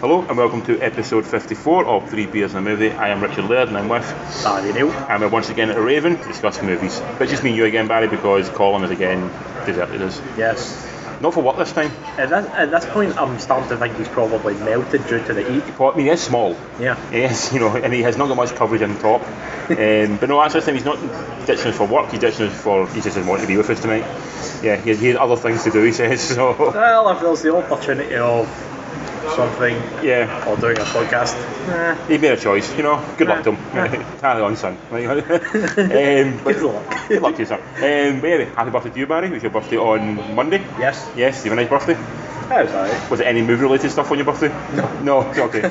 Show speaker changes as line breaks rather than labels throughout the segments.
Hello and welcome to episode 54 of Three Beers and a Movie. I am Richard Laird and I'm with,
Barry Neil.
and we're once again at Raven to discuss movies. But just me and you again, Barry, because Colin has again deserted us.
Yes.
Not for work this time.
At this, at this point, I'm starting to think he's probably melted due to the heat.
Well, I mean, he is small.
Yeah.
He is, you know, and he has not got much coverage in top. um, but no, that's the thing, he's not ditching us for work, he's ditching us for, he just doesn't want to be with us tonight. Yeah, he has, he has other things to do, he says, so.
Well, if there's the opportunity of something
Yeah.
or doing a podcast, eh,
He made a choice, you know. Good luck to
Yeah.
him. Carry on, son. um, but-
good luck.
Good luck to you, sir. Um, but anyway, happy birthday to you, Barry. It was your birthday on Monday.
Yes.
Yes, you have a nice birthday.
That was alright.
Was it any movie related stuff on your birthday? No. No, okay.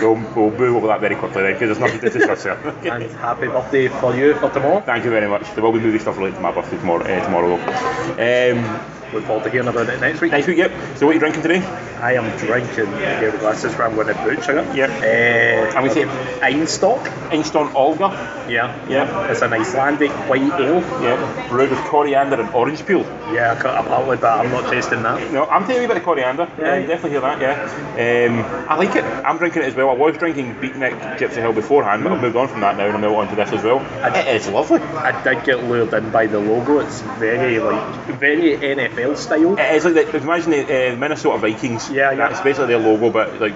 we'll, we'll move over that very quickly then, because there's nothing to discuss here.
And happy birthday for you for tomorrow.
Thank you very much. There will be movie stuff related to my birthday tomorrow, uh, tomorrow though. Um,
Look forward to hearing about it next week.
next week, yep. So, what are you drinking today?
I am drinking. Here we go. This is where I'm going to butcher it.
Yep.
Uh,
And we say-
Einstock.
Einstein Olga.
Yeah.
Yeah.
It's an Icelandic white ale.
Yeah. Brewed with coriander and orange peel.
Yeah, I cut apparently, but I'm not tasting that.
No, I'm telling you about the coriander. Yeah,
Yeah.
you definitely hear that. Yeah, um, I like it. I'm drinking it as well. I was drinking Beatnik Gypsy Hill beforehand, but I've moved on from that now and I'm now onto this as well. It is lovely.
I did get lured in by the logo. It's very like very NFL style.
It is like the, imagine the uh, Minnesota Vikings.
Yeah, yeah.
That's basically their logo, but like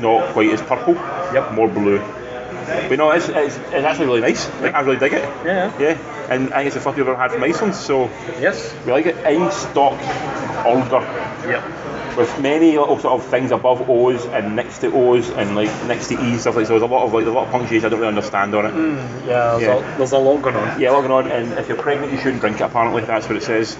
not quite as purple.
Yep.
More blue. But no, it's, it's, it's actually really nice. Like, I really dig it.
Yeah.
Yeah, and I think it's the first we've ever had from Iceland, so
Yes.
we like it. Einstock Olger.
Yep.
with many little sort of things above O's and next to O's and like next to E's stuff like so. There's a lot of like a lot of punctuation I don't really understand on it.
Yeah. There's,
Hmm. Yeah.
A, there's a lot going on.
Yeah, logging on. And if you're pregnant, you shouldn't drink it. Apparently, that's what it says.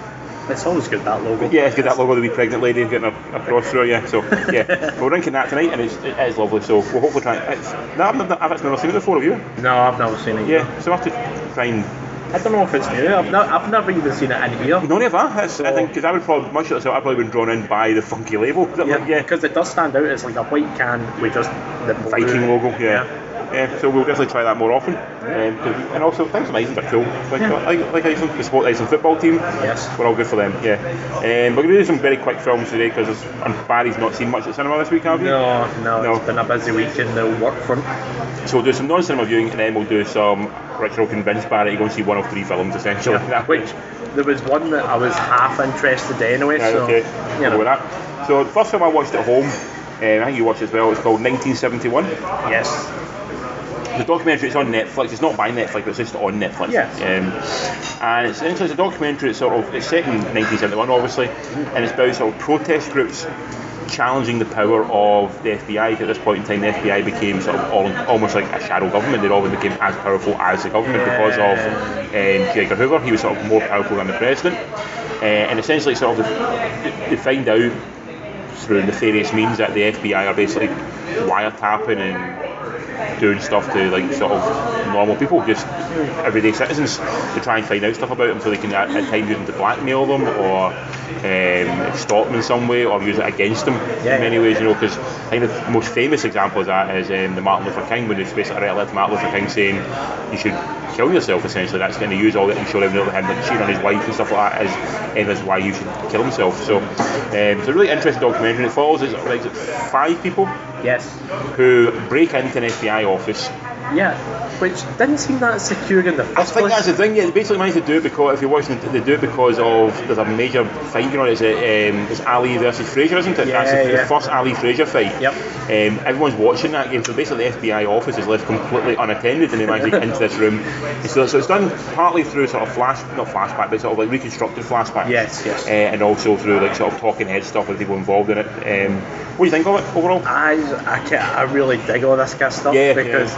It's always good that logo.
Yeah, it's got that logo of the wee pregnant lady getting a, a cross through. Yeah, so yeah, we're drinking that tonight, and it's, it is lovely. So we'll hopefully try. It's, no, I've, never, I've actually never seen it before. Have you?
No, I've never seen it.
Yeah, so I have to try and
I don't know if it's new. I've, no, I've never even seen it in here.
none of that. That's, I think because I would probably much like myself, I've probably been drawn in by the funky label. Like, yeah,
Because it does stand out. It's like a white can with just the blue.
Viking logo, yeah. Yeah, so we'll definitely try that more often. Um, 'cause- and also, things like Iceland are cool. Like,
Yeah.
like, like Iceland, the support Iceland football team,
Yes.
we're all good for them, yeah. Um, we're going to do some very quick films today because Barry's not seen much at cinema this week, have you?
No, no,
No.
It's been a busy week in the work front.
So we'll do some non cinema viewing and then we'll do some Richard will convince Barry to go and see one of three films essentially. That
Which there was one that I was half interested in anyway.
Right,
so
okay.
you
We'll go
know.
with that. So the first film I watched at home, um, I think you watched as well, it's called 1971.
Yes.
the documentary it's on Netflix. It's not by Netflix, but it's just on Netflix.
Yes.
Um, and it's essentially it's a documentary. It's sort of it's set in 1971, obviously, and it's about sort of protest groups challenging the power of the FBI. 'cause At this point in time, the FBI became sort of all, almost like a shadow government. They always became as powerful as the government because
Yeah.
of um, J. Edgar Hoover. He was sort of more powerful than the president. Uh, and essentially, sort of, they- they find out through nefarious means that the FBI are basically wiretapping and doing stuff to like sort of normal people, just everyday citizens, to try and find out stuff about them so they can uh, at, at times use them to blackmail them or um, extort them in some way or use it against them
Yeah,
in many
yeah.
ways, you know, because I think the most famous example of that is um, the Martin Luther King when they basically wrote a letter to Martin Luther King saying you should kill yourself essentially. That's going to use all that and show everyone that him like cheating on his wife and stuff like that as and as why you should kill himself. So um, it's a really interesting documentary. It follows it's, like, five people
Yes.
who break into an FBI office.
Yeah, which didn't seem that secure in the
I
first
think
place.
that's the thing. Yeah, they basically managed to do it because if you're watching, it, they do it because of there's a major fight going on. Is it um, it's Ali versus Fraser, isn't it? that's the,
Yeah,
the
yeah.
first Ali Fraser fight.
Yep.
Um, everyone's watching that game, so basically the FBI office is left completely unattended, and they managed to get into this room. And so, so it's done partly through sort of flash, not flashback, but sort of like reconstructed flashback.
Yes, yes.
Uh, and also through like sort of talking head stuff with people involved in it. Um, what do you think of it overall?
I, I, can't, I really dig all this kind of stuff
Yeah, yeah.
because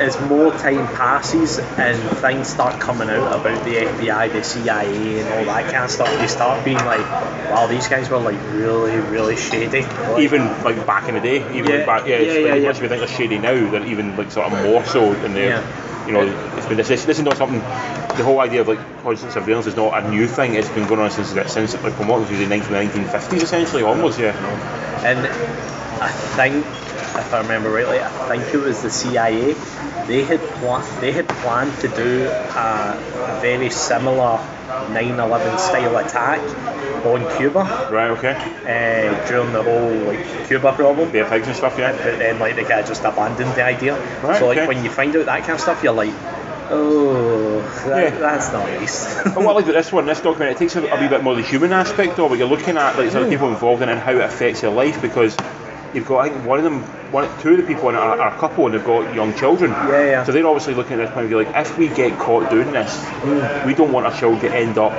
as more time passes and things start coming out about the FBI, the CIA, and all that kind of stuff, you start being like, wow, these guys were like really, really shady. Like,
even like back in the day, even
Yeah,
like back, yeah, it's,
yeah,
like,
yeah,
much
yeah.
we think they're shady now, they're even like sort of more so than they,
Yeah.
you know, it's been this, this is not something. The whole idea of like constant surveillance is not a new thing. It's been going on since since like from what was it, the 1950s essentially, almost yeah.
And I think, if I remember rightly, I think it was the CIA. They had pla- they had planned to do a very similar 9/11 style attack on Cuba
Right, okay.
uh, during the whole like Cuba problem.
Bear pigs and stuff, yeah.
But then like the guy just abandoned the idea.
Right,
so like
okay.
when you find out that kind of stuff, you're like, oh, that,
Yeah. Oh,
that's not nice.
But what I like about this one, this documentary, it takes a, a wee bit more the human aspect of it. You're looking at like
Hmm.
sort of people involved in it and how it affects their life because you've got I think one of them, one, two of the people in it are, are a couple and they've got young children.
Yeah, yeah.
So they're obviously looking at this point and be like, if we get caught doing this, we don't want our child to end up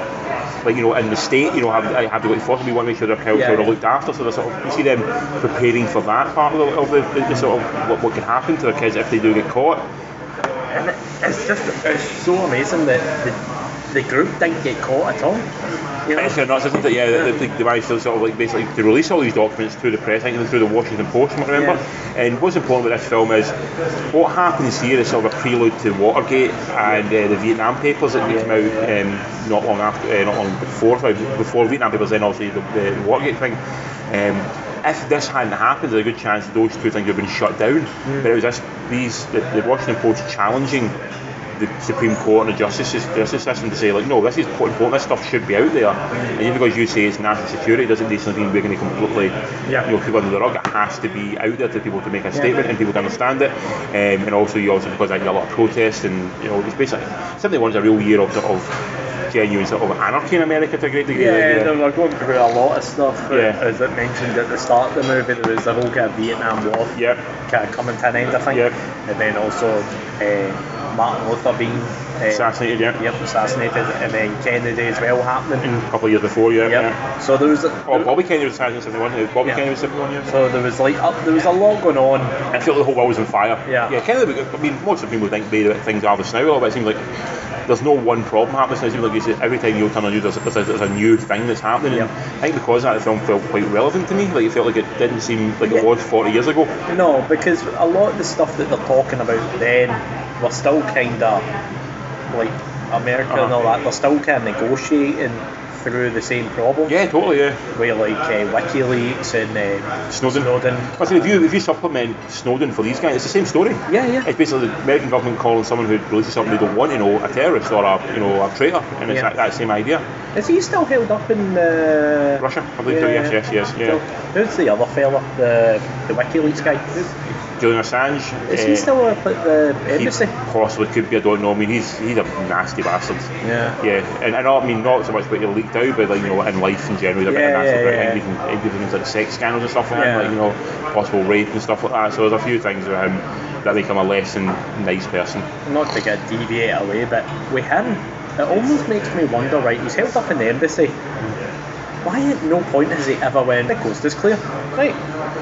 like you know in the state, you know, have, have to go to foster. We want to make sure their child
Yeah,
children
yeah.
are looked after. So they're sort of you see them preparing for that part of the, of the, the, sort of what, what can happen to their kids if they do get caught.
And it- it's just it's so amazing that the, the group didn't get caught at all. You know?
It's so nuts, isn't it? Yeah, they, they, they managed to sort of like basically to release all these documents through the press, I think through the Washington Post, I remember. And what's important with this film is what happens here is sort of a prelude to Watergate and uh, the Vietnam Papers that came out um, not long after, uh, not long before, sorry, before Vietnam Papers, then obviously the, the Watergate thing. Um, if this hadn't happened, there's a good chance those two things would have been shut down. But it was this, these, the, the Washington Post challenging the Supreme Court and the justice, sys- justice system to say, like, no, this is quite important, this stuff should be out there. And just because you say it's national security doesn't mean something we're going to completely
Yeah.
you know, keep under the rug. It has to be out there to people to make a statement and people to understand it. Um, and also, you also, because I get a lot of protests and, you know, it's basically, 71's a real year of sort of genuine sort of anarchy in America to a great degree.
Yeah, they were going through a lot of stuff. uh,
Yeah.
As it mentioned at the start of the movie, there was the whole kind of Vietnam War
Yep.
kind of coming to an end, I think.
Yep.
And then also uh, Martin Luther being uh,
Assassinated, yeah.
Yep, assassinated, and then Kennedy as well happening.
A couple of years before, yeah.
Yep.
yeah.
So there was.
Oh, Bobby Kennedy was Sergeant 71. uh, Bobby
Yeah.
Kennedy was 71 years.
So there was like up, there was a lot going on.
I feel like the whole world was on fire.
Yeah.
Yeah, Kennedy, I mean, most of the people think maybe that things are this now a little bit. It seems like there's no one problem happening. It seems like you see, every time you turn on you, there's, there's, a, there's a new thing that's happening.
Yeah.
And I think because of that, the film felt quite relevant to me. Like, it felt like it didn't seem like it
Yeah.
was 40 years ago.
No, because a lot of the stuff that they're talking about then, we're still kind of like America and all that. They're still kind of negotiating through the same problem.
Yeah, totally, yeah.
Where like uh, WikiLeaks and uh,
Snowden.
Snowden.
I said, if you, if you supplement Snowden for these guys, it's the same story.
Yeah, yeah.
It's basically the American government calling someone who releases something they don't want, you know, a terrorist or a, you know, a traitor. And it's
Yeah.
that, that same idea.
Is he still held up in uh,
Russia, I believe so, yes, yes, yes, yeah.
So, who's the other fella? The the WikiLeaks guy. Who's-
Julian Assange.
Is
eh,
he still up at the
he
embassy?
possibly could be. I don't know. I mean, he's he's a nasty bastard.
Yeah.
Yeah, and, and I mean not so much what he leaked out, but like you know, in life in general, he's a bit
Yeah,
of nasty.
yeah,
but
yeah.
I think even- even things like sex scandals and stuff like
Yeah.
that, like you know, possible rape and stuff like that. So there's a few things about him that make him a less than nice person.
not to get deviate away, but with him, it almost makes me wonder, right, he's held up in the embassy. Why at no point has he ever went, the coast is clear? Right,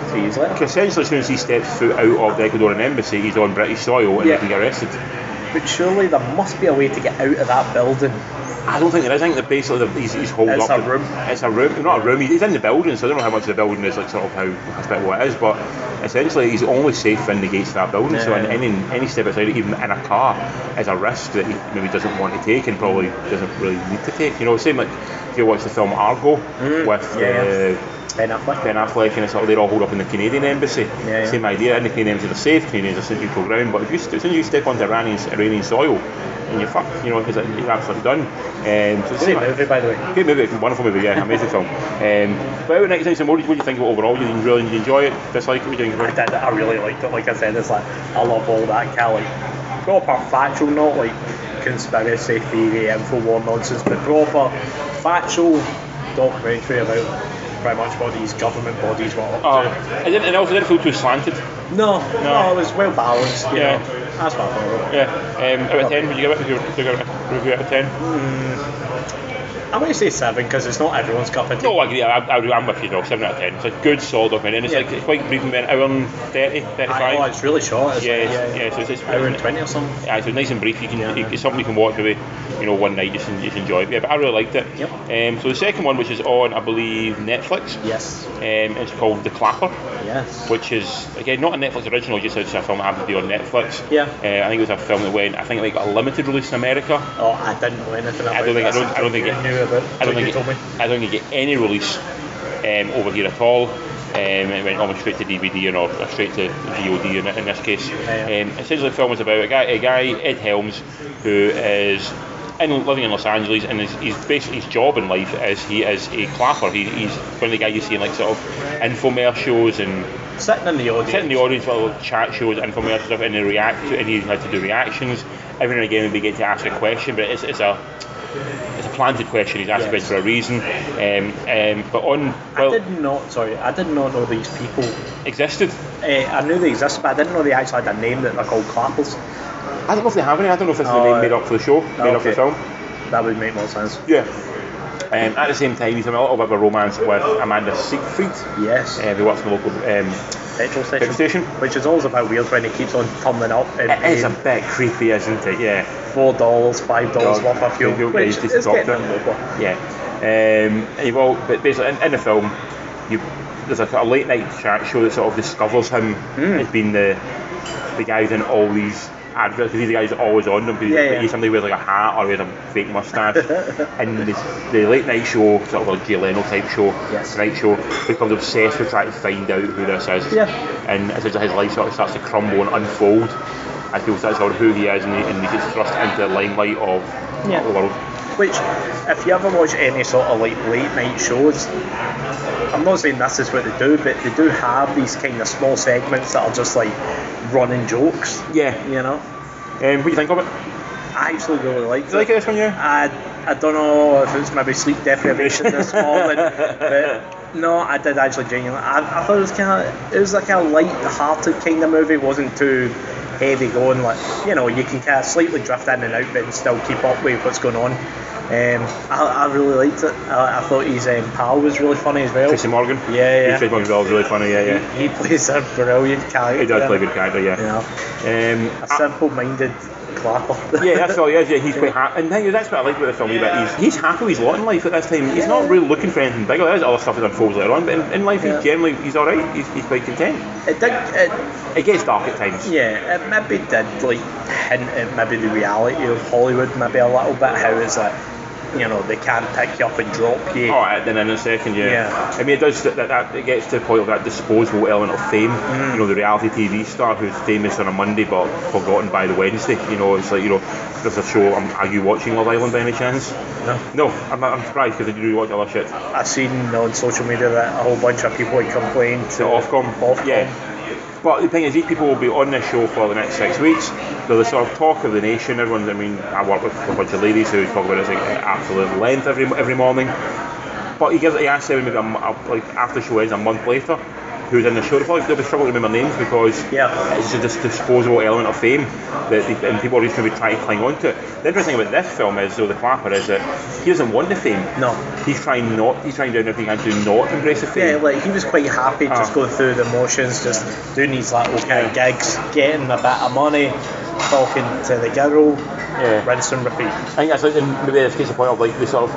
three years later.
'Cause essentially, as soon as he steps foot out of the Ecuadorian embassy, he's on British soil and
Yeah.
he can get arrested.
But surely there must be a way to get out of that building.
I don't think there is. I think that basically the, he's, he's holed
It's
up.
a room.
It's a room. Not a room. He's in the building, so I don't know how much of the building is like sort of how hospitable it is. But essentially, he's only safe in the gates of that building. So in
Yeah.
any any step outside, even in a car, is a risk that he maybe doesn't want to take and probably doesn't really need to take. You know, same like if you watch the film Argo
Mm,
with.
yeah, yeah.
Uh,
Ben Affleck.
Ben Affleck and it's all they're all holed up in the Canadian embassy.
Yeah, yeah.
Same idea, in the Canadian embassy they're safe, Canadians are sent neutral ground, but if you, st- as soon as you step onto Iranian, Iranian soil, and you're fucked, you know, because you're absolutely done. Um, so it's the
Great
same,
movie, by the way.
Great movie, wonderful movie, yeah, amazing film. Um, but out next time, so what do you what do you think of it overall? You really you enjoy it? Dislike it? What do you think
I
about it?
did, I really liked it. Like I said, it's like, I love all that kind of like proper factual, not like conspiracy theory, info war nonsense, but proper factual documentary about pretty much what these government bodies were up to.
Um, I didn't, and also didn't feel too slanted.
No, no,
No.
it was well balanced. You
Yeah.
know. that's what I thought.
Yeah. Um, out of 10, would you give it, would you give it a review out of 10?
I'm going to Hmm. say seven because it's not everyone's cup of tea.
No, I agree, I, I, I'm with you, though, 7 out of 10. It's a good, solid documentary, and it's
Yeah.
like, it's quite brief, about an hour and 30,
I,
35.
oh, it's really short. It's
yeah,
like,
it's- yeah, so it's, it's,
hour and twenty or something.
Yeah, so nice and brief. You can,
Yeah.
it's something you can watch maybe, you know, one night just, en- just enjoy it. Yeah, but I really liked it.
Yep.
Um, so the second one, which is on, I believe, Netflix,
Yes,
um, it's called The Clapper,
yes.
which is again not a Netflix original, just it's a film that happened to be on Netflix.
Yeah.
Uh, I think it was a film that went. I think it got a limited release in America.
Oh, I didn't know anything about
I don't think I
this.
don't, I don't think it,
you knew about.
I
what
don't think
you
it,
told me.
I don't think it any release um, over here at all. Um, it went almost straight to DVD and or, or straight to VOD in, in this case.
Yeah, yeah.
Um, essentially, the film is about a guy, a guy Ed Helms, who is in living in Los Angeles, and his, his basically his job in life is he is a clapper. He, he's one of the guys you see in like sort of infomercials and
Sitting in the audience.
sit in the audience while chat shows, infomercials stuff, and they react to, and he knows how to do reactions. Every now and again, we get to ask a question, but it's, it's a it's a planted question. He's asked about
Yes.
for a reason. Um, um, but on
I
well,
did not, sorry, I did not know these people.
existed.
Eh, I knew they existed, but I didn't know they actually had a name that they're called clappers.
I don't know if they have any. I don't know if this is
Oh,
the
uh,
name made up for the show, made up for
okay.
the film.
That would make more sense.
Yeah. Um, at the same time, he's having a little bit of a romance with Amanda Siegfried.
Yes.
Uh, they work for the local um,
petrol station.
petrol station.
Which is always a bit weird when it keeps on tumbling up and
It is a
paying
bit creepy, isn't it? Yeah.
four dollars, five dollars worth of fuel,
You'll-
which
you'll
is
just drop
getting
it.
unbelievable.
Yeah. Um, and you've all, but basically, in, in the film, you there's a, sort of late night chat show that sort of discovers him
Mm.
as being the the guy who's in all these adverts because he's the guy who's always on them. Because
Yeah, yeah.
he's somebody who wears like a hat or wears a fake mustache. and this, the late night show, sort of a Jay Leno type show,
Yes.
the night show, becomes obsessed with trying to find out who this is.
Yeah.
And essentially his life sort of starts to crumble and unfold as people start to sort of who he is and he, and he gets thrust into the limelight of
Yeah.
the world.
Which, if you ever watch any sort of like late night shows, I'm not saying this is what they do, but they do have these kind of small segments that are just like running jokes.
Yeah.
You know,
Um, what do you think of it?
I actually really liked
Do you like
it.
it this one, yeah?
I, I don't know if it's maybe sleep deprivation this morning, but no, I did actually genuinely. I, I thought it was kind of it was like a light-hearted kind of movie. It wasn't too heavy going. Like you know, you can kind of slightly drift in and out, but still keep up with what's going on. Um, I, I really liked it. I, I thought his um, pal was really funny as well.
Tracy Morgan.
Yeah, yeah.
Tracy Morgan's always really funny, yeah, yeah.
He plays a brilliant character.
He does play a good character, yeah.
Yeah, a
Um,
simple-minded clapper.
yeah, that's all he is. Yeah, he's quite happy, and thing is, that's what I like about the film. Yeah. He's he's happy with his lot in life at this time. He's not really looking for anything bigger. There's other stuff that unfolds later on, but in, in life,
Yeah.
he's generally he's all right. He's, he's quite content.
It did. It,
It gets dark at times.
Yeah, it maybe did like hint at maybe the reality of Hollywood, maybe a little bit how it's like, you know, they can pick you up and drop you.
All right, then in a second, yeah.
Yeah.
I mean, it does that, that, that. It gets to the point of that disposable element of fame.
Mm.
You know, the reality TV star who's famous on a Monday but forgotten by the Wednesday. You know, it's like you know, there's a show. Um, are you watching Love Island by any chance?
No.
No, I'm, I'm surprised because I do watch other shit.
I've seen on social media that a whole bunch of people had complained to
The Ofcom.
Ofcom.
Yeah. But the thing is, these people will be on this show for the next six weeks. They're the sort of talk of the nation. Everyone's, I mean, I work with a bunch of ladies who talk about this like, at absolute length every every morning. But you give, you ask them maybe a, m- a- like after the show ends a month later, who's in the show? They'll probably they'll be struggling to remember names because
Yeah.
it's just this disposable element of fame that the, and people are just going to be trying to cling on to it. The interesting thing about this film is, though, the clapper is that he doesn't want the fame.
No.
He's trying not. He's trying to do everything and to not embrace the fame.
Yeah, like he was quite happy just
Ah.
going through the motions, just doing these little kind of gigs, getting a bit of money, talking to the girl,
Yeah.
rinse and repeat.
I think that's like in, maybe that's case the point of like the sort of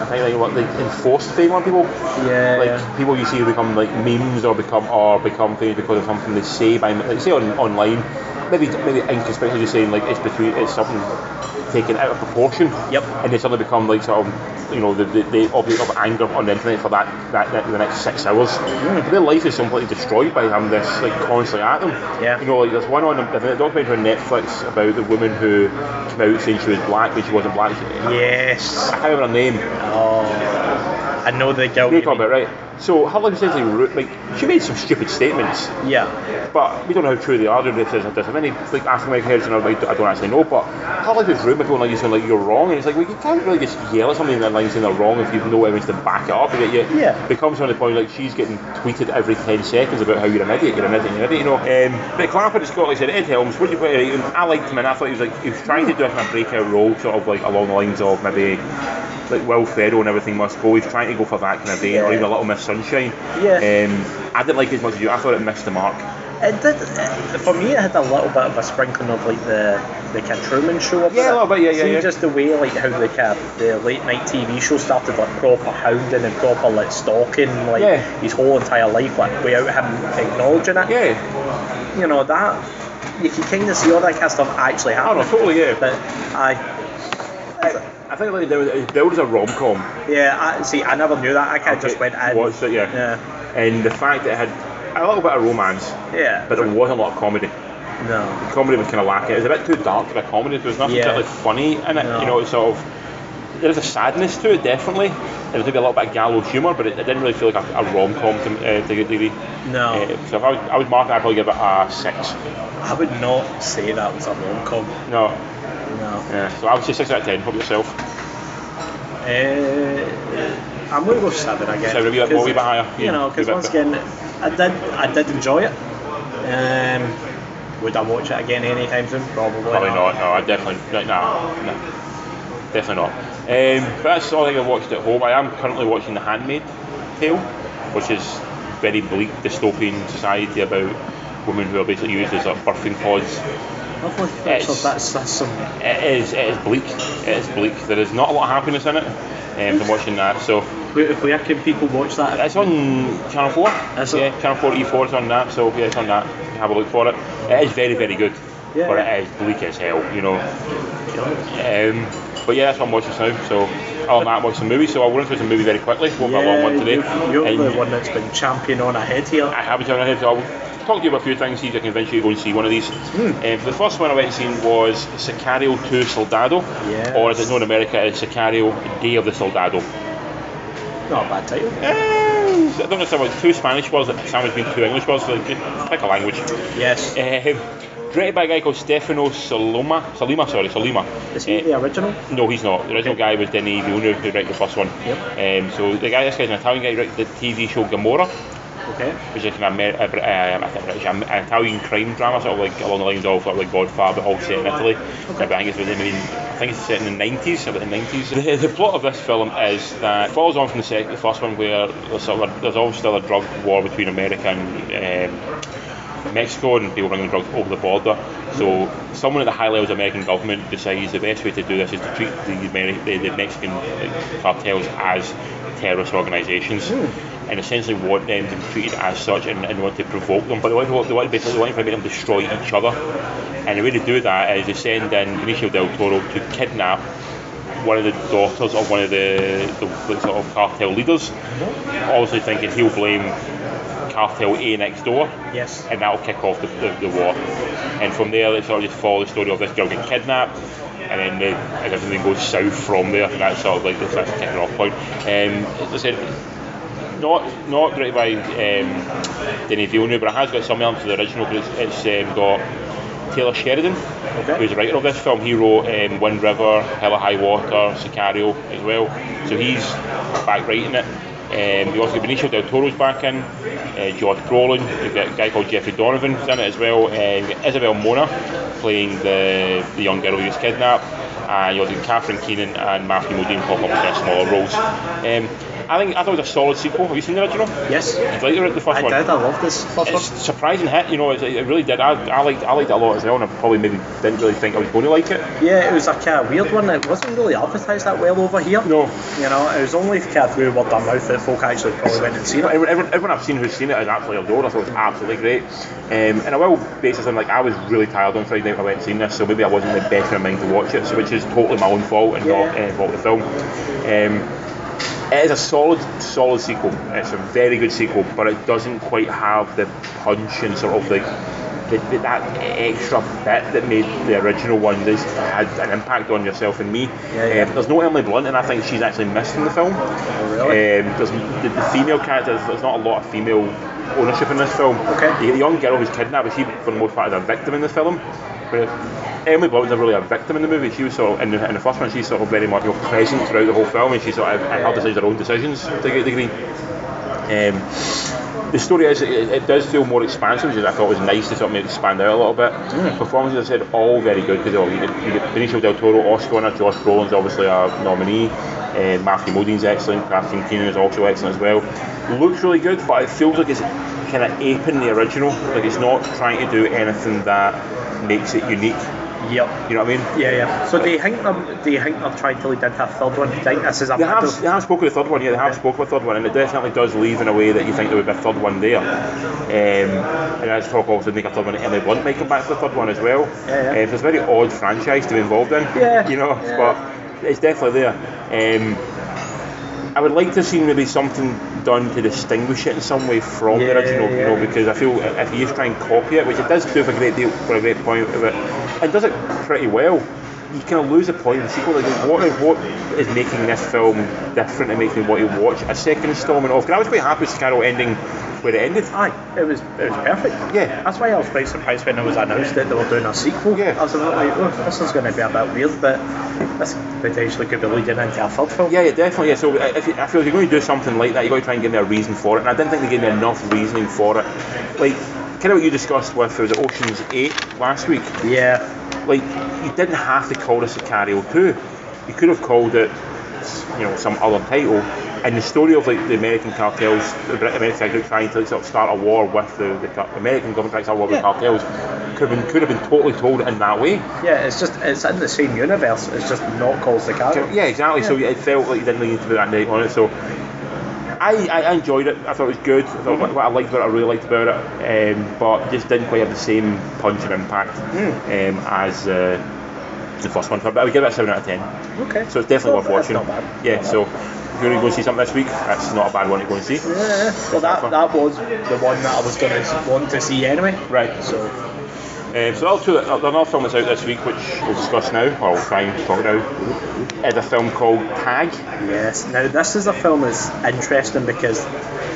I think like what like enforced fame on people.
Yeah.
Like people you see who become like memes or become or become famous because of something they say by like say on online. Maybe maybe inconspicuously just saying like it's between it's something taken out of proportion.
Yep.
And they suddenly become like sort of you know the the, the object of anger on the internet for that that, that the next six hours.
Mm.
Their life is completely destroyed by having this like constantly at them.
Yeah.
You know, like there's one on I think a documentary on Netflix about the woman who came out saying she was black when she wasn't black.
Yes.
I can't remember her name.
Oh, I know the girl.
You
you
talk about right. So her life is essentially ru- like she made some stupid statements,
mean. Yeah.
but we don't know how true they are. Nobody says this. If any like African American heads, and I don't I don't actually know. But her life is ruined by people like you saying like you're wrong, and it's like well, you can't really just yell at somebody in that line saying they're wrong if you've no evidence to back it up. And yet,
Yeah.
It becomes on the point like she's getting tweeted every ten seconds about how you're an idiot, you're an idiot, you're an idiot. You know. Um, but Clapper has got like I said Ed Helms. What do you put? it- I liked him, and I thought he was like he was trying to do a kind of breakout role, sort of like along the lines of maybe like Will Ferrell and everything must go. He's trying to go for that kind of vein, or
Yeah.
even a Little Miss Sunshine.
Yeah.
Um, I didn't like it as much as you. I thought it missed the mark.
It did. It, Uh, for me, it had a little bit of a sprinkling of like the the Kid Truman Show. about
Yeah, a
it.
little bit, yeah, yeah,
See,
yeah.
just the way like how the kind of- the late night TV show started like proper hounding and proper like stalking like
Yeah.
his whole entire life like without him acknowledging it.
Yeah.
You know that. You can kind of see all that kind of stuff actually
I don't
happening.
know. Totally. Yeah.
But I,
I think like there was, there was a rom com.
yeah, I see. I never knew that. I kind of just went in.
Watched it. Yeah.
Yeah.
And the fact that it had a little bit of romance,
Yeah.
but there wasn't a lot of comedy.
No.
comedy was kind of lacking. It was a bit too dark for a comedy. There was nothing
Yeah.
particularly funny in it.
No.
You know, it's sort of there was a sadness to it, definitely. There was maybe a little bit of gallows humour, but it, it didn't really feel like a, a rom com to, uh, to a good degree.
No.
Uh, so if I was, I was marking, I'd probably give it a six.
I would not say that was a rom com.
No.
No.
Yeah. So I would say six out of ten. Help yourself.
Uh, I'm going to go seven again.
Seven, a wee bit more,
because,
wee bit higher.
You
Yeah,
know,
wee
because
bit
once
better.
again, I did, I did enjoy it. Um, would I watch it again anytime soon? Probably,
Probably not. No, I definitely no, no, no. definitely not. Um, but that's all I think I've watched at home. I am currently watching The Handmaid Tale, which is very bleak dystopian society about women who are basically used as like birthing pods.
Lovely.
It's-
So that's, that's some
It is it is bleak. It is bleak. There is not a lot of happiness in it. Um, from watching that, so
Where, where can people watch that?
it's on Channel Four.
Is it?
yeah, Channel Four E4 is on that. So yeah, it's on that. You can have a look for it. It is very very good,
Yeah.
but it is bleak as hell. You know. Um, but yeah, that's what I'm watching just now. So I'll not watch some movies. So I'll run through some movie very quickly. We've got a long one today.
You're, you're
And
the one that's been champion on ahead here.
I haven't done anything, so I'll talk to you about a few things. See if I can eventually go and see one of these.
Hmm.
Um, the first one I went and seen was Sicario 2 Soldado,
Yes.
or as it's known in America as Sicario Day of the Soldado.
Not a bad title.
Eh, I don't know if there were two Spanish words that sandwiched between two English words. So just pick a language.
Yes.
Um, directed by a guy called Stefano Saloma. Salima, sorry, Salima.
Is he uh,
Eh,
the original?
No, he's not. The original guy was Denis Villeneuve who directed the first one.
Yep.
Um, so the guy, this guy's an Italian guy, who directed the TV show Gamora,
Okay.
which is an, Amer- a, Brit- um, I think British, um, an Italian crime drama, sort of like along the lines of sort of like Godfather, but all set in Italy. Uh, But I think it's within, I mean, I think it's set in the 90s, about the 90s. The, the plot of this film is that it follows on from the, sec- the first one, where there's, sort of a, there's always still a drug war between America and. Um, Mexico and people bringing drugs over the border. So someone at the high levels of American government decides the best way to do this is to treat the, Ameri- the, the Mexican uh, cartels as terrorist organisations. And essentially want them to be treated as such and, and want to provoke them. But they want to, they want to basically they want to make them destroy each other. And the way to do that is they send in Benicio del Toro to kidnap one of the daughters of one of the, the, the sort of cartel leaders. eh. Obviously thinking he'll blame cartel A next door
Yes.
and that'll kick off the, the, the war. And from there, they sort of just follow the story of this girl getting kidnapped, and then the, and everything goes south from there. And that's sort of like the sort of kicking off point. Um, as I said, not not directed by um, Denis Villeneuve, but it has got some elements of the original. But it's, it's um, got Taylor Sheridan, who's the writer of this film. He wrote um, Wind River, Hell or High Water, Sicario as well. So he's back writing it. Um, you also got Benicio del Toro's back in, uh, George Brolin, you've got a guy called Jeffrey Donovan's in it as well, uh, you've got Isabel Mona playing the, the young girl who gets kidnapped, and you also got Catherine Keenan and Matthew Modine pop up in their smaller roles. Um, I think I thought it was a solid sequel. Have you seen the original?
Yes.
Did you like the first
I
one?
did. I love this first
It's
one.
a surprising hit, you know, it, it really did. I, I liked I liked it a lot as well, and I probably maybe didn't really think I was going to like it.
Yeah, it was a kind of weird one. It wasn't really advertised that well over here.
No.
You know, it was only kind of through word of mouth that folk actually probably went and seen it.
Everyone, everyone, everyone I've seen who's seen it has absolutely adored it. I thought it was absolutely great. Um, and I will base this on, like, I was really tired on Friday night when I went and seen this, so maybe I wasn't in the best of my mind to watch it, so which is totally my own fault and not
Yeah.
uh, fault of the film. Um, it is a solid, solid sequel. It's a very good sequel, but it doesn't quite have the punch and sort of like the, the, that extra bit that made the original one this had an impact on yourself and me.
Yeah, yeah.
Um, there's no Emily Blunt, and I think she's actually missed in the film.
really?
Um, there's, the, the female characters, there's not a lot of female ownership in this film.
Okay.
You get the young girl who's kidnapped, but she, for the most part, is a victim in the film. But Emily Blunt was really a victim in the movie. She was sort of, in the, in the first one, she's sort of very much you know, present throughout the whole film, and she sort of, and her decisions her own decisions to a great degree. Um, the story is it, it does feel more expansive, which I thought was nice to sort of expand out a little bit. Performances, I said, all very good because you get, you get Benicio del Toro, Oscar winner, Josh Brolin's obviously a nominee, uh, Matthew Modine's excellent, Catherine Keenan is also excellent as well. Looks really good, but it feels like it's kind of aping the original. Like it's not trying to do anything that makes it unique.
Yep.
You know what I mean?
Yeah, yeah. So do you think them? Do you think they're trying to lead into a third one? Do you think this is a
They
middle-
have, they have spoken the third one, yeah, they have spoken the third one, and it definitely does leave in a way that you think there would be a third one there. Um, and as talk also make a third one, Emily Blunt might come back for the third one as well.
Yeah, yeah.
Um, so it's a very odd franchise to be involved in,
Yeah,
you know,
yeah.
but it's definitely there. Um, I would like to see maybe something done to distinguish it in some way from
Yeah,
the original, you
yeah.
know, because I feel if you just try and copy it, which it does do for a great deal, for a great point of it, and does it pretty well, you kind of lose the point in the sequel. Like, what, what is making this film different and making me want to watch a second instalment of? Because I was quite happy with Scarrow ending where it ended.
Aye, it was it was perfect.
Yeah.
that's why I was quite surprised when it was announced that they were doing a sequel.
Yeah.
I was a bit like, oh, this is going to be a bit weird, but this potentially could be leading into a third film.
Yeah, yeah, definitely. Yeah. So uh, if you, I feel if you're going to do something like that, you've got to try and give me a reason for it. And I didn't think they gave me enough reasoning for it. Like, kind of what you discussed with was it Ocean's Eight last week.
Yeah,
Like, you didn't have to call this Sicario Two. You could have called it, you know, some other title. And the story of like the American cartels, the Brit- American group trying to like, sort of start a war with the, the car- American government trying to start a war with
Yeah.
cartels, could have been could have been totally told in that way.
yeah, it's just it's in the same universe. It's just not called the character.
Yeah, exactly. So it felt like you didn't really need to put that name on it. So I, I I enjoyed it. I thought it was good. I thought what I liked about it, I really liked about it. Um, but just didn't quite have the same punch and impact um, as uh, the first one. But I would give it a seven out of ten.
Okay,
So it's definitely
Not-
worth watching.
That's not bad.
Yeah. So if you're going to go and see something this week, that's not a bad one to go and see.
Yeah, well that, that was the one that I was going to want to see anyway.
Right. So.
So
Um, so I'll two, another film that's out this week, which we'll discuss now, or we'll try and talk now, is a film called Tag.
yes, now this is a film that's interesting because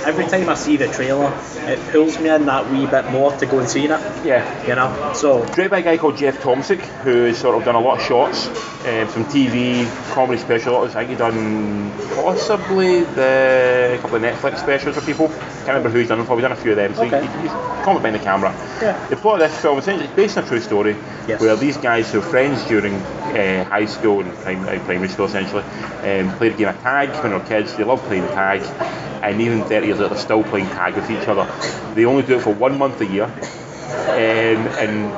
every time I see the trailer, it pulls me in that wee bit more to go and see it.
Yeah,
You know, so
Directed by a guy called Jeff Tomsic, who's sort of done a lot of shots, um, some TV, comedy specials. I think he's done possibly the a couple of Netflix specials for people. Can't remember who he's done them for. We've done a few of them, so
Okay.
he, he's comic behind the camera.
Yeah.
The plot of this film essentially is based on a true story,
Yes.
where these guys who were friends during uh, high school and prim- uh, primary school essentially um, played a game of tag when they were kids. They loved playing tag, and even 30 years later, they're still playing tag with each other. They only do it for one month a year um, and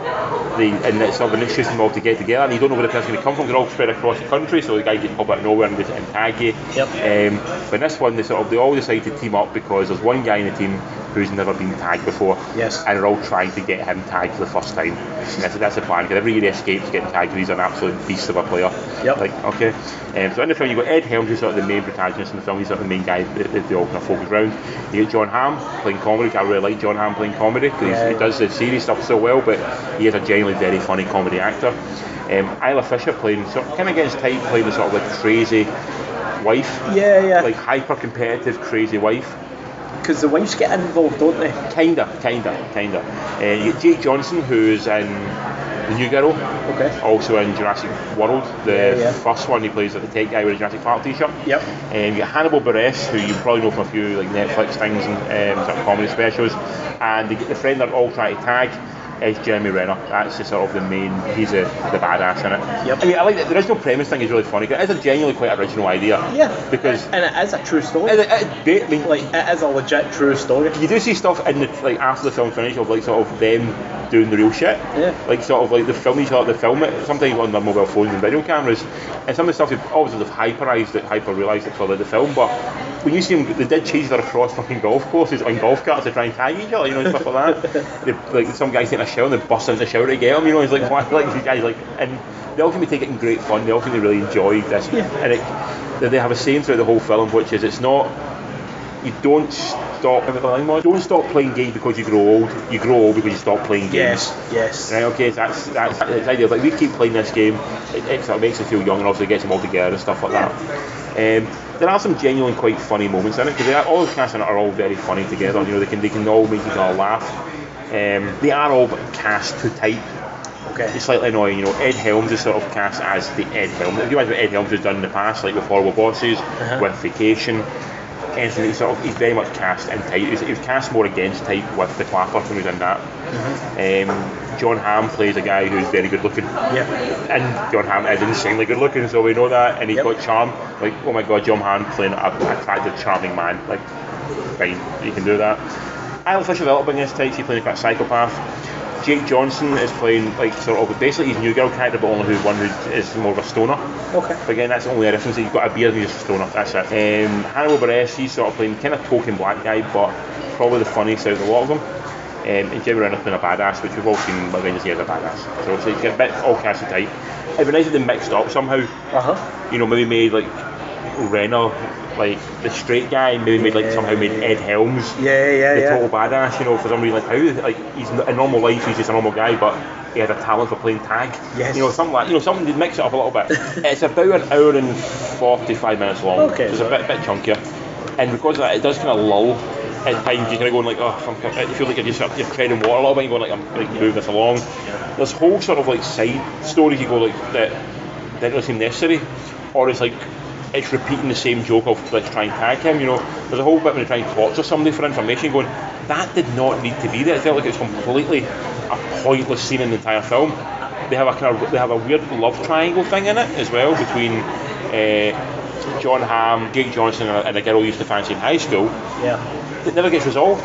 the and it's sort of an issue for them all to get together and you don't know where the person's going to come from they're all spread across the country so the guy just pop out of nowhere and, just, and tag you
Yep.
um, but in this one they sort of they all decide to team up because there's one guy in the team who's never been tagged before
Yes.
and they're all trying to get him tagged for the first time and that's, that's the plan because every year he escapes getting tagged he's an absolute beast of a player
Yep.
like okay um, so in the film you've got Ed Helms who's sort of the main protagonist in the film he's sort of the main guy that, that they all kind of focus around you get John Hamm playing comedy I really like John Hamm playing comedy 'cause
Yeah.
he does does the serious stuff so well, but he is a genuinely very funny comedy actor. Um, Isla Fisher playing sort of, kind of gets tight playing the sort of like crazy wife,
yeah, yeah.
like hyper competitive crazy wife.
Because the wives get involved, don't they?
Kinda, kinda, kinda. Uh, you get Jake Johnson, who's in the New Girl,
Okay.
also in Jurassic World, the
Yeah, yeah.
first one he plays at the tech guy with a Jurassic Park t-shirt.
Yep.
Um, you got Hannibal Buress, who you probably know from a few like Netflix things and um, sort of comedy specials, and the, the friend they're all trying to tag is Jeremy Renner. That's the sort of the main. He's a, the badass in it.
Yep.
I mean, I like that the original premise thing is really funny. 'cause It is a genuinely quite original idea.
Yeah.
Because
And it is a true story.
it, it, it, I mean,
like it is a legit true story.
you do see stuff in the like after the film finishes of like sort of them doing the real shit.
Yeah.
Like sort of like the film each other, they film it sometimes on their mobile phones and video cameras, and some of the stuff they've obviously they've hyperized it, hyper realized it for the, the film. But when you see them, they did chase their across fucking golf courses on golf carts to try and tag each other, you know, and stuff like that. They, like some guys taking a shower and they bust into the shower to get them, you know. It's like what, like these guys like and they ultimately take it in great fun. They ultimately really enjoyed this,
Yeah.
and it, they- they have a saying throughout the whole film, which is it's not you don't stop don't stop playing games because you grow old. You grow old because you stop playing games.
Yes. Yes.
Right, okay, so that's that's it's ideal. Like we keep playing this game, it, it sort of makes them feel young and also gets them all together and stuff like that. Um, there are some genuine quite funny moments in it because all the cast in it are all very funny together. You know, they can they can all make each other laugh. Um, they are all cast to type
Okay.
it's slightly annoying, you know. Ed Helms is sort of cast as the Ed Helms. If you imagine what Ed Helms has done in the past, like with Horrible Bosses, with Vacation, anything, he's, sort of, he's very much cast in type. He's, he's cast more against type with the Clapper when he was in that.
Mm-hmm.
Um, John Hamm plays a guy who's very good looking,
Yeah.
and John Hamm is insanely good looking, so we know that. And he's
Yep.
got charm. Like, oh my god, John Hamm playing a an attractive, charming man. Like, fine, you can do that. Isla Fisher developing this type, she's playing a bit of psychopath. Jake Johnson is playing like sort of basically he's a new girl character, but only who one who is more of a stoner.
Okay.
But again, that's the only difference. He's got a beard and he's a stoner. That's it. Um, Hannibal Buress, he's sort of playing kind of token black guy, but probably the funniest out of a lot of them. Um, and Jimmy Renner's been a badass, which we've all seen what Rangers here as a badass. So it's like a bit all cast of type. It'd be nice if they mixed up somehow.
Uh huh.
You know, maybe made like Renner, like the straight guy, and they made like somehow made Ed Helms
Yeah, yeah,
the
yeah.
total badass. You know, for some reason, like how like he's in normal life, he's just a normal guy, but he had a talent for playing tag.
Yes.
You know, something like you know, something to mix it up a little bit. it's about an hour and forty-five minutes long.
Okay.
So it's a bit bit chunkier, and because of that, it does kind of lull. At times you're kind of going like, oh, I'm, kind of- you feel like you're just you're treading water a little bit, and going like, I'm like moving this along. There's whole sort of like side stories you go like that didn't really seem necessary, or it's like it's repeating the same joke of let's try and tag him. You know, there's a whole bit when they try and torture somebody for information, going that did not need to be there. It felt like it was completely a pointless scene in the entire film. They have a kind of they have a weird love triangle thing in it as well between uh, John Hamm, Jake Johnson, and a- and a girl who used to fancy in high school
yeah.
it never gets resolved.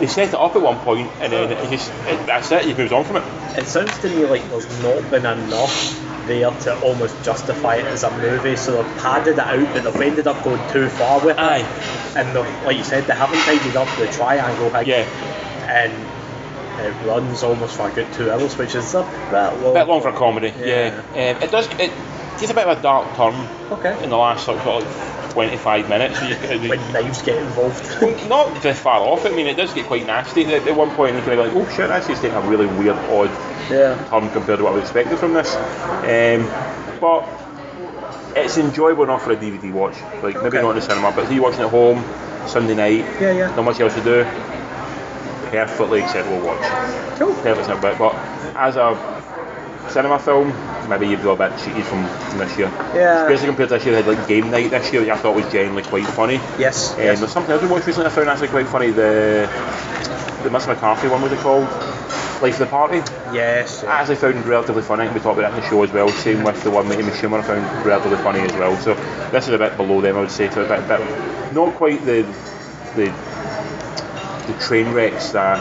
They set it up at one point, and then it just it, that's it. You moves on from it.
It sounds to me like there's not been enough there to almost justify it as a movie, so they've padded it out, but they've ended up going too far with
Aye.
it. And they've, like you said, they haven't tidied up the triangle thing.
Yeah.
And it runs almost for a good two hours, which is a bit long.
A bit long for a comedy. Yeah. Um, it does. It takes a bit of a dark turn in
Okay.
the last sort of like 25 minutes. You, you-
When knives get involved.
Well, not very far off. I mean, it does get quite nasty. At, at one point, you're kind of like, oh shit, that's just taking a really weird, odd
yeah.
turn compared to what I was expecting from this. Um, but it's enjoyable enough for a DVD watch. Like maybe
Okay.
not in the cinema, but if you're watching at home Sunday night,
Yeah, yeah.
not much else to do. Perfectly acceptable watch.
Cool.
Perfectly acceptable, but as a cinema film, maybe you'd go a bit cheated from, from this year.
Yeah.
Especially compared to this year, they had like game night this year, which I thought was generally quite funny.
Yes.
Um, there's something else we watched recently I found actually quite funny. The the Miss McCarthy one was it called? Life of the Party.
Yes.
I actually found relatively funny. We talked about that in the show as well. Same with the one with Amy Schumer. I found relatively funny as well. So this is a bit below them, I would say. So a bit, bit not quite the the the train wrecks that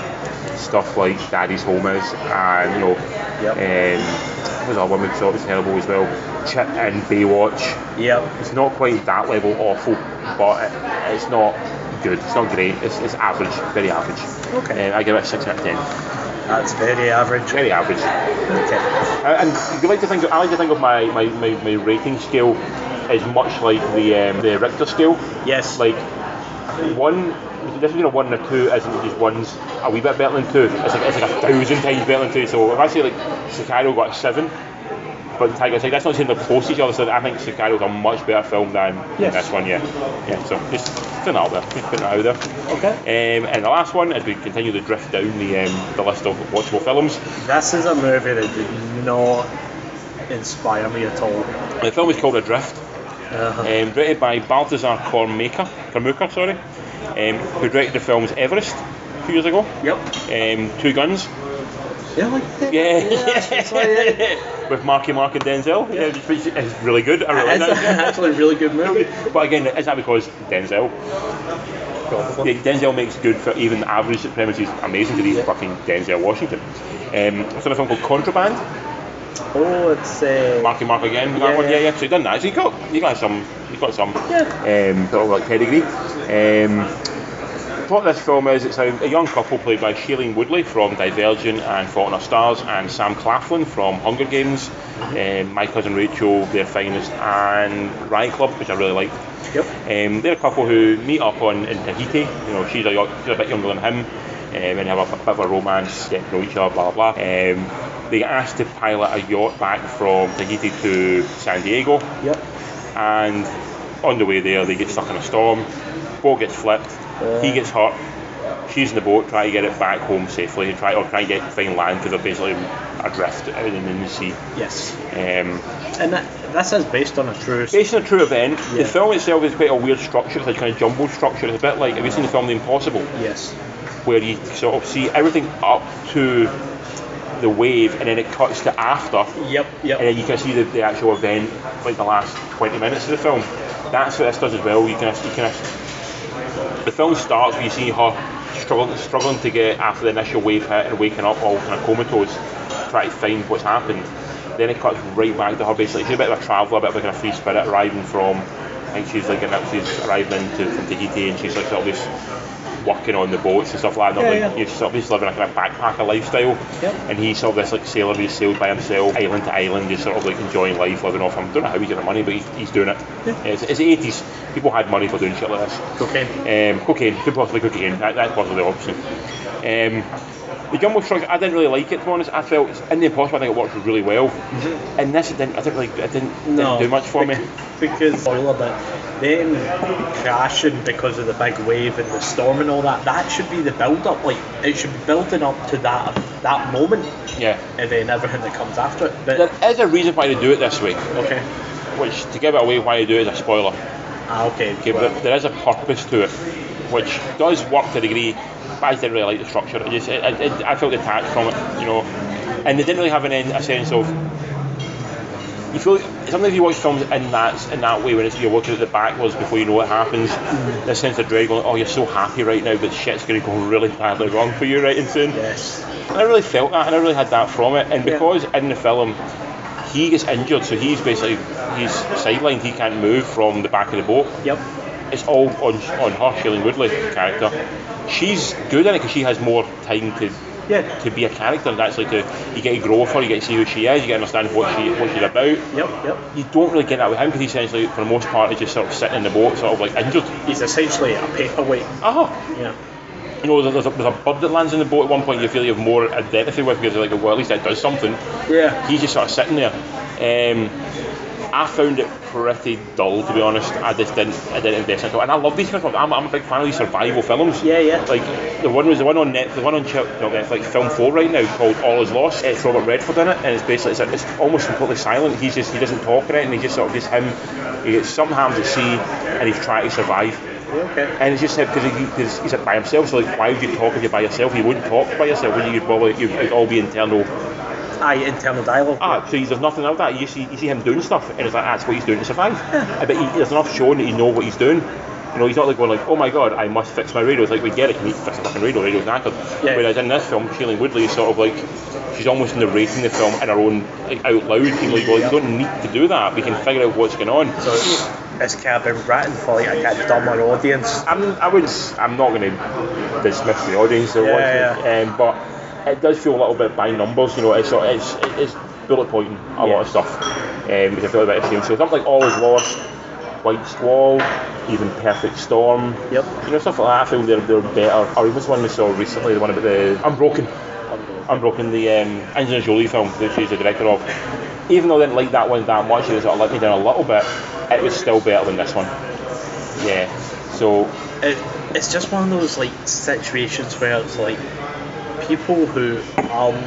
stuff like Daddy's Home is, and you know,
Yep.
um, what was that one we saw? It was terrible as well. Chip and Baywatch
Yep.
it's not quite that level awful, but it, it's not good. It's not great. It's, it's average, very average.
Okay.
Um, I give it a six out of ten.
That's very average.
Very average.
Okay.
Uh, and you like to think of, I like to think of my, my, my, my rating scale as much like the um, the Richter scale.
Yes.
Like one, the difference between a one and a two isn't just one's a wee bit better than two. It's like it's like a thousand times better than two. So if I say like Sicario got a seven, but Tiger's like that's not saying they're close to each other. So I think Sicario's a much better film than than
Yes.
this one. Yeah, yeah. So just putting that out there, just putting that out there.
okay.
Um, and the last one, as we continue to drift down the um, the list of watchable films,
This is a movie that did not inspire me at all.
the film is called Adrift.
Uh,
um, directed by Balthazar Kormaker, Kormaker, sorry, um, who directed the films Everest a few years ago,
yep.
um, Two Guns,
Yeah, like that.
yeah,
that's right, yeah.
with Marky Mark and Denzel, yeah, which- which is really good. I really
It's
like that.
actually a really good movie.
But again, is that because Denzel? Yeah, Denzel makes good for even average premises amazing to these fucking Denzel Washington. Um, I've done a film called Contraband.
Oh, it's uh,
Marky Mark again. with that
Yeah,
one. yeah,
yeah.
yeah. So he done that. So he got, he got some, he got some.
Yeah.
Um, sort of like pedigree. Um, what this film is, it's a, a young couple played by Shailene Woodley from Divergent and Fault in Our Stars, and Sam Claflin from Hunger Games,
Mm-hmm.
um, My Cousin Rachel, Their Finest, and Riot Club, which I really liked.
Yep.
Um, they're a couple who meet up on in Tahiti. You know, she's a, yo- she's a bit younger than him, um, and have a bit of a romance, get to know each other, blah blah. blah. Um, they get asked to pilot a yacht back from Tahiti to San Diego,
Yep.
and on the way there, they get stuck in a storm. Boat gets flipped. he gets hurt. She's in the boat, trying to get it back home safely, and try or try and get find land because they're basically adrift out in the sea.
Yes.
Um,
And that, this is based on a true. story.
Based on a true event, the
Yeah.
film itself is quite a weird structure. It's like a kind of jumbled structure. It's a bit like have you seen the film The Impossible,
Yes.
where you sort of see everything up to the wave, and then it cuts to after,
Yep. Yep.
and then you can see the, the actual event, like the last 20 minutes of the film. That's what this does as well. You can you can the film starts where you see her struggling struggling to get after the initial wave hit and waking up all kind of comatose, trying to find what's happened. Then it cuts right back to her basically. She's a bit of a traveller, a bit of a kind of free spirit arriving from. I think she's like an, she's arriving into from Tahiti and she's like sort of this working on the boats and stuff like that.
Yeah,
like,
yeah.
He's sort of just living a kind of backpacker lifestyle.
Yep.
And he's sort of this like sailor who sailed by himself, island to island, just sort of like enjoying life, living off him. Don't know how he's getting money, but he's, he's doing it. It's, it's the 80s. People had money for doing shit like this.
Cocaine.
Um, cocaine, could possibly cocaine. That, that was the option. Um, the Gumball Shrug, I didn't really like it to be honest. I felt in the impossible. I think it worked really well. And this, it didn't. I didn't really. It didn't, didn't do much for me.
Mm-hmm. bec- Because spoiler, but them crashing because of the big wave and the storm and all that, that should be the build up. Like it should be building up to that that moment,
Yeah.
and then everything that comes after it. But
There is a reason why they do it this way,
okay,
which to give it away why they do it is a spoiler.
ah, okay,
Okay,
well,
but there is a purpose to it, which does work to a degree. But I didn't really like the structure. It just, it, it, it- I felt detached from it, you know. And they didn't really have an end, a sense of. You feel sometimes you watch films in that in that way when it's, you're looking at the backwards before you know what happens. This sense of dread going, oh, you're so happy right now, but shit's going to go really badly wrong for you right and soon.
yes,
And I really felt that, and I really had that from it. And
Yeah.
because in the film he gets injured, so he's basically he's sidelined. He can't move from the back of the boat.
yep,
It's all on on her, Shailene Woodley character. She's good in it because she has more time to
yeah,
to be a character and actually to you get to grow with her, you get to see who she is, you get to understand what she what she's about.
yep, yep.
You don't really get that with him because essentially, for the most part, is just sort of sitting in the boat, sort of like injured.
He's essentially a paperweight.
Ah,
Yeah,
you know, there's a, there's a bird that lands in the boat at one point. You feel you have more identity with because you're like, well, at least that does something.
yeah.
he's just sort of sitting there. Um, I found it pretty dull, to be honest. I just didn't, I didn't invest in it. at all. And I love these kind of films. I'm, I'm a big fan of these survival films.
Yeah, yeah.
Like the one was the one on net, the one on Chil- not Netflix, film four right now called All Is Lost. It's Robert Redford in it, and it's basically it's, it's almost completely silent. He's just he doesn't talk in it, and he's just sort of just him. He gets something happens at sea, and he's trying to survive.
Yeah, Okay.
And it's just because he, 'cause he's by himself, so like, why would you talk if you're by yourself? You wouldn't talk by yourself, would you? You'd probably you'd, it'd all be internal
Aye, internal dialogue.
Ah, so there's nothing of that. You see, you see him doing stuff, and it's like that's what he's doing to survive. I bet he, there's enough showing that you know what he's doing. You know, he's not like going like, oh my god, I must fix my radio. It's like we get it, you need to fix the fucking radio. Radio's knackered.
Yeah.
Whereas in this film, Shailene Woodley is sort of like she's almost narrating the film in her own like out loud. People like, well, you don't need to do that. We can figure out what's going on.
So it's, it's kind of been written for like a kind of dumber audience.
I'm, I would, I'm not going to dismiss the audience that
Yeah,
watched it, um, but it does feel a little bit by numbers. You know, it's sort of- it's, it's bullet pointing a lot
Yeah.
of stuff, um, which I feel a bit ashamed. So something like All Is Lost, White Squall, even Perfect Storm,
Yep.
you know, stuff like that. I feel they're, they're better. Or even this one we saw recently, the one about the Unbroken. Unbroken, the um, Angelina Jolie film that she's the director of. Even though I didn't like that one that much, it sort of let me down a little bit. It was still better than this one. Yeah. So
it, it's just one of those like situations where it's like people who aren't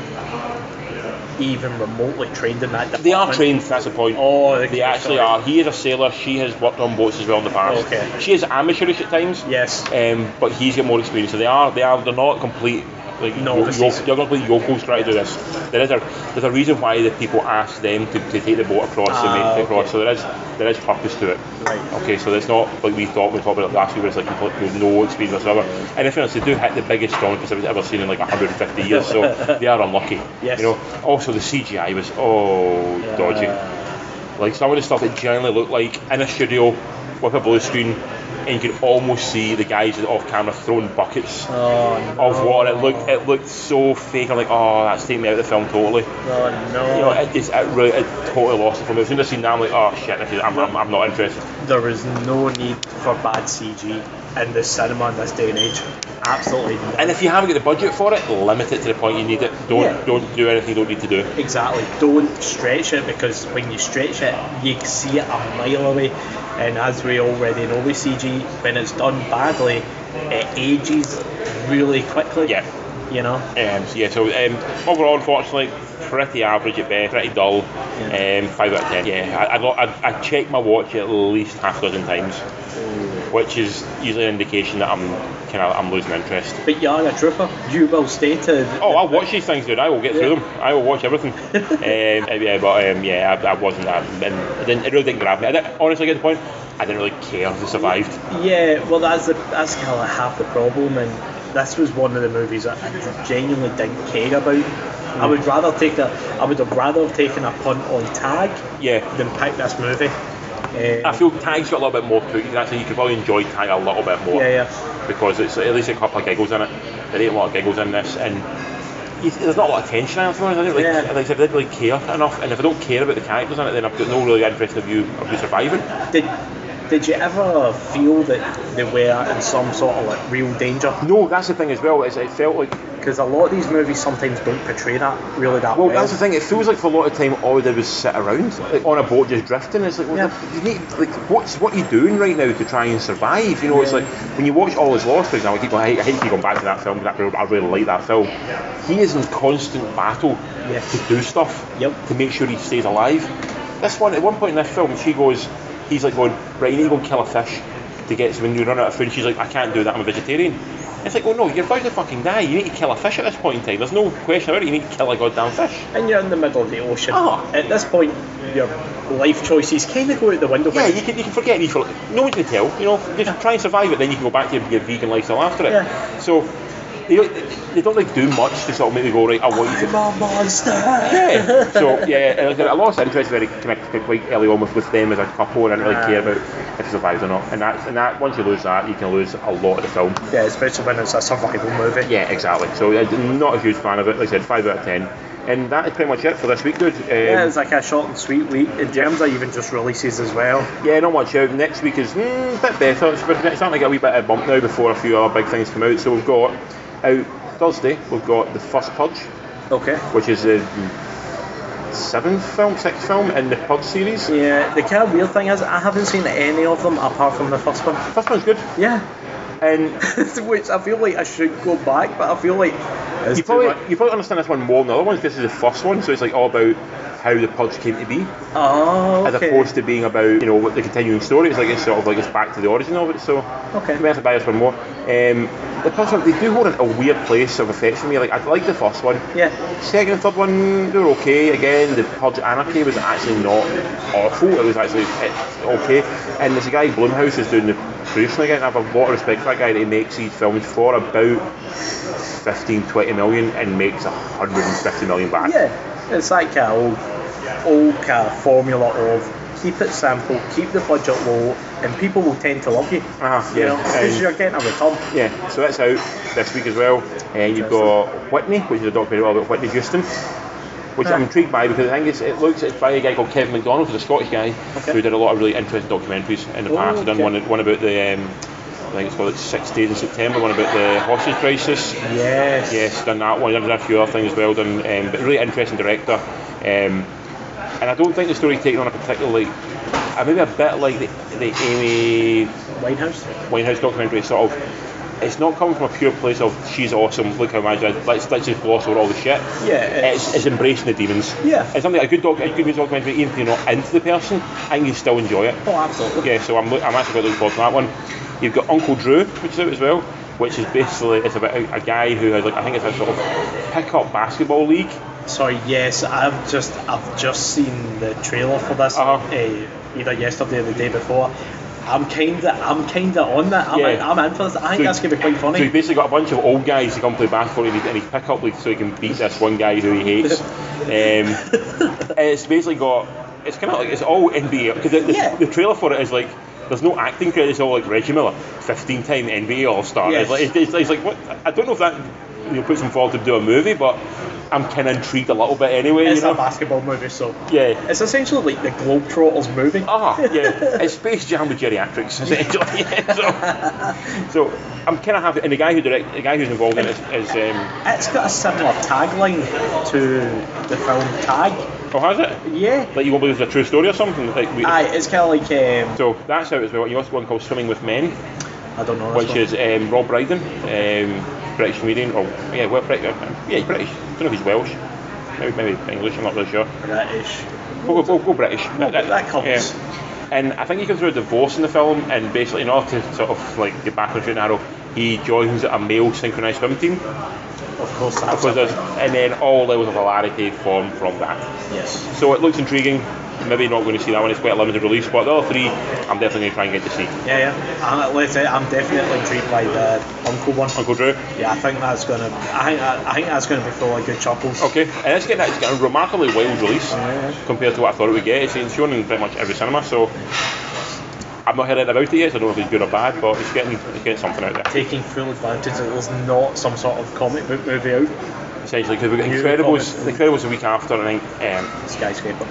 even remotely trained in that.
They are
department-
trained, that's the point.
Oh,
They actually are. He is a sailor, she has worked on boats as well in the past.
Okay.
She is amateurish at times,
Yes.
um, but he's got more experience. So they are, they are, they're not complete. Like
No,
yo-
this
yo-
is-
you're not complete yokels trying to do this. There is a there's a reason why the people ask them to, to take the boat across
Ah,
and make it
okay.
across. So there is there is purpose to it.
Right.
Okay, so it's not like we thought we talked about it last week, where it's like complete with no experience whatsoever. And if else, they do hit the biggest storm I've ever seen in like 150 years, so they are unlucky.
Yes.
You know. Also, the CGI was oh dodgy. Like some of the stuff that generally looked like in a studio with a blue screen, and you could almost see the guys off camera throwing buckets
Oh no!
of water. It looked it looked so fake. I'm like, oh, that's taking me out of the film totally.
Oh no!
You know, it, it's, it really it totally lost it for me. As soon as I seen that, I'm like, oh shit, this is- I'm, I'm, I'm not interested.
there is no need for bad CG in this cinema in this day and age. Absolutely. none.
And if you haven't got the budget for it, limit it to the point you need it. Don't
Yeah.
don't do anything you don't need to do.
Exactly. Don't stretch it because when you stretch it, you can see it a mile away. And as we already know with CG, when it's done badly, it ages really quickly.
Yeah.
You know?
Um, so yeah, so um, overall, unfortunately, pretty average at best, pretty dull.
Yeah.
Um, five out of ten. Yeah, I I, got, I I checked my watch at least half a dozen times, which is usually an indication that I'm kind of I'm losing interest.
But you are a trooper. You will stay to.
Oh, I'll watch these things, dude. I will get through
Yeah.
them. I will watch everything. um, yeah, but um, yeah, I, I wasn't. I, I didn't. It really didn't grab me. I didn't, honestly, at the point, I didn't really care if they survived.
Yeah, well, that's the, that's kind of like half the problem, and this was one of the movies that I genuinely didn't care about. I would rather take a, I would have rather have taken a punt on Tag
Yeah.
than pick this movie. Eh,
I feel Tag's got a little bit more to it. Actually, you could probably enjoy Tag a little bit more.
yeah, yeah.
because it's at least a couple of giggles in it. There ain't a lot of giggles in this, and you- there's not a lot of tension in it. to be honest. I didn't really,
Yeah.
like I said, I didn't really care enough, and if I don't care about the characters in it, then I've got no really interest in you of you surviving.
Did did you ever feel that they were in some sort of like real danger?
No, that's the thing as well. Is it felt like
Because a lot of these movies sometimes don't portray that really that
well,
well.
that's the thing. It feels like for a lot of time all they did was sit around like, on a boat just drifting. It's like, well,
Yeah.
you need like what's what are you doing right now to try and survive? You know, it's
Yeah.
like when you watch All Is Lost, for example. I keep going, I hate, I hate to keep going back to that film because I really, I really like that film. He is in constant battle
Yes.
to do stuff.
Yep.
to make sure he stays alive. This one, at one point in this film, she goes, he's like going, right, you need to go and kill a fish to get so when you run out of food. She's like, I can't do that, I'm a vegetarian. It's like, well, no, you're about to fucking die. You need to kill a fish at this point in time. There's no question about it. You need to kill a goddamn fish.
And you're in the middle of the ocean.
Oh.
At this point, your life choices kind of go out the window.
Yeah, you can, you can forget these. for- No one's going to tell. You know, just try and survive it, then you can go back to your, your vegan lifestyle after it.
Yeah.
So they, don't- they don't like do much to sort of make you go right. I want you to
I'm a monster.
yeah. So yeah, and like I said, I lost interest very kind of quite early on with, with them as a couple, and I didn't really care about if they survived or not. And that's and that once you lose that, you can lose a lot of the film.
Yeah, especially when it's a survival movie. Um,
Yeah, exactly. So I'm not a huge fan of it. Like I said, five out of ten. And that is pretty much it for this week, dude. Um,
Yeah, it's like a short and sweet week in terms of even just releases as well.
yeah, not much out. Next week is mm, a bit better. It's, it's starting to get a wee bit of a bump now before a few other big things come out. So we've got out Thursday. We've got the first Purge,
Okay.
which is the seventh film, sixth film in the Purge series.
Yeah, the kind of weird thing is I haven't seen any of them apart from the first one.
First one's good,
Yeah,
and
which I feel like I should go back, but I feel like it's
You
too much.
probably, you probably understand this one more than the other ones. This is the first one, so it's like all about how the purge came to be,
Oh,
as
okay.
opposed to being about you know what the continuing story. It's like it's sort of like it's back to the origin of it. So
Okay.
I might have to buy this one more. Um, the first one they do hold a weird place of affection for me. Like I like the first one.
Yeah,
Second and third one they were okay. Again, the Purge Anarchy was actually not awful. It was actually it's okay. And there's a guy Blumhouse is doing the producing again. I have a lot of respect for that guy. That he makes these films for about 15, 20 million and makes 150 million back.
yeah. It's like a old, old kind of formula of keep it simple, keep the budget low, and people will tend to love you.
Ah,
You
yeah.
know, because
Um,
you're getting a return.
Yeah, so that's out this week as well. And you've got Whitney, which is a documentary all about Whitney Houston, which I'm
Yeah.
intrigued by because I think it's, it looks it's by a guy called Kevin McDonald, who's a Scottish guy
Okay.
who did a lot of really interesting documentaries in the
Oh,
past. He done
okay.
one, one about the, um, I think it's called it's Six Days in September, one about the hostage crisis.
Yes.
Yes, done that one. Done a few other things as well. Done, um, but really interesting director. Um, and I don't think the story's taken on a particularly, uh, maybe a bit like the, the Amy
Winehouse.
Winehouse documentary, it's sort of, it's not coming from a pure place of she's awesome, look how magic, let's, let's just gloss over all the shit.
Yeah. It's,
It's, it's embracing the demons.
Yeah.
It's something a good doc, a good music documentary, even if you're not into the person, and you still enjoy it.
oh, absolutely.
Yeah, so I'm, I'm actually going to look forward to that one. You've got Uncle Drew, which is out as well, which is basically it's about a, a guy who has like I think it's a sort of pick-up basketball league.
Sorry. Yes, I've just I've just seen the trailer for this
Uh-huh.
uh, either yesterday or the day before. I'm kinda I'm kinda on that. I'm,
Yeah.
I'm in for this. I think
So-
that's gonna be quite funny.
So he's basically got a bunch of old guys to come play basketball in his, in his pick-up league, so he can beat this one guy who he hates. Um, And it's basically got it's kind of like it's all NBA because the, the,
Yeah.
the trailer for it is like there's no acting credit. It's all like Reggie Miller, 15-time NBA All Star.
Yes.
It's, like, it's, it's like what I don't know if that you know, puts him forward to do a movie, but I'm kind of intrigued a little bit anyway.
it's
you know?
a basketball movie, so
yeah.
it's essentially like the Globetrotters movie.
Ah, yeah. It's Space Jam with geriatrics essentially. Yeah, so, so I'm kind of happy, and the guy who direct, the guy who's involved in it is, is um,
It's got a similar tagline to the film Tag.
oh has it?
Yeah.
Like you won't believe it's a true story or something. Like we,
Aye, it's kind of like um,
so that's out as well. You also got one called Swimming with Men,
I don't know. this
which
one.
is um, Rob Brydon, um, British comedian, or yeah, well, Brit- uh, yeah, he's British. don't know if he's Welsh, maybe, maybe English. I'm not really sure.
British.
We'll go, we'll go British.
Well, that counts.
yeah. And I think he goes through a divorce in the film, and basically, in order to sort of like get back on straight and narrow, he joins a male synchronized swim team.
Of course, that's
Of course,
it.
there's- and then all levels of hilarity form from that.
Yes.
So it looks intriguing. Maybe not going to see that one. It's quite a limited release, but the other three, I'm definitely going to try and get to see.
Yeah, yeah. I'm, let's say I'm definitely intrigued by the Uncle one.
Uncle Drew.
Yeah, I think that's gonna. I think that, I think that's gonna be full of good chuckles.
Okay, and it's getting, it's getting a remarkably wild release
Yeah.
compared to what I thought it would get. It's been shown in pretty much every cinema, so I've not heard anything about it yet, so I don't know if it's good or bad, but it's getting, it's getting something out there.
taking full advantage that there's not some sort of comic book movie out.
Essentially, because we've got
New
Incredibles,
comic.
Incredibles the week after, I think. Um,
Skyscraper.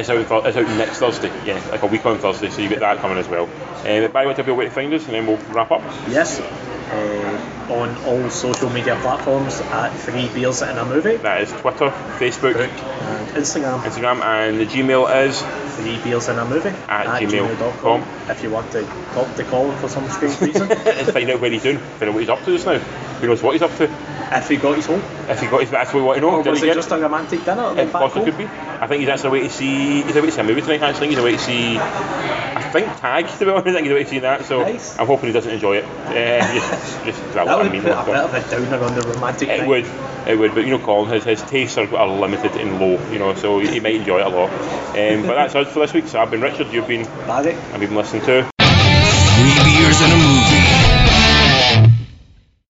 It's out, th- it's out next Thursday, yeah, like a week on Thursday, so you get that coming as well. Um, but by the way, tell people where to find us, and then we'll wrap up.
Yes. Uh, on all social media platforms at Three Beers and a Movie.
That is Twitter, Facebook,
And Instagram,
Instagram, and the Gmail is
Three Beers and a Movie
At gmail.com.
If you want to talk to Colin for some strange reason.
let's find out where he's doing, find out what he's up to just now. Who knows what he's up to?
if he got his home.
If he got his, that's what we want to know.
Or
Did
was
he
it
get
just a romantic dinner? and
It
then back
possibly could
home?
be. I think he's actually away to see. He's away to see a movie tonight. Actually, he's away to see. I think Tag. To be honest, I think he's away to see that. So
Nice.
I'm hoping he doesn't enjoy it. Uh, just, just well,
That
I
would
mean,
put a
but-
bit of a downer on the romantic
It
night.
would, it would, but you know, Colin, his, his tastes are, are limited and low, you know, so he, he might enjoy it a lot. Um, but that's us for this week. So I've been Richard, you've been,
Barry?
I've been listening to.
Three beers and a movie.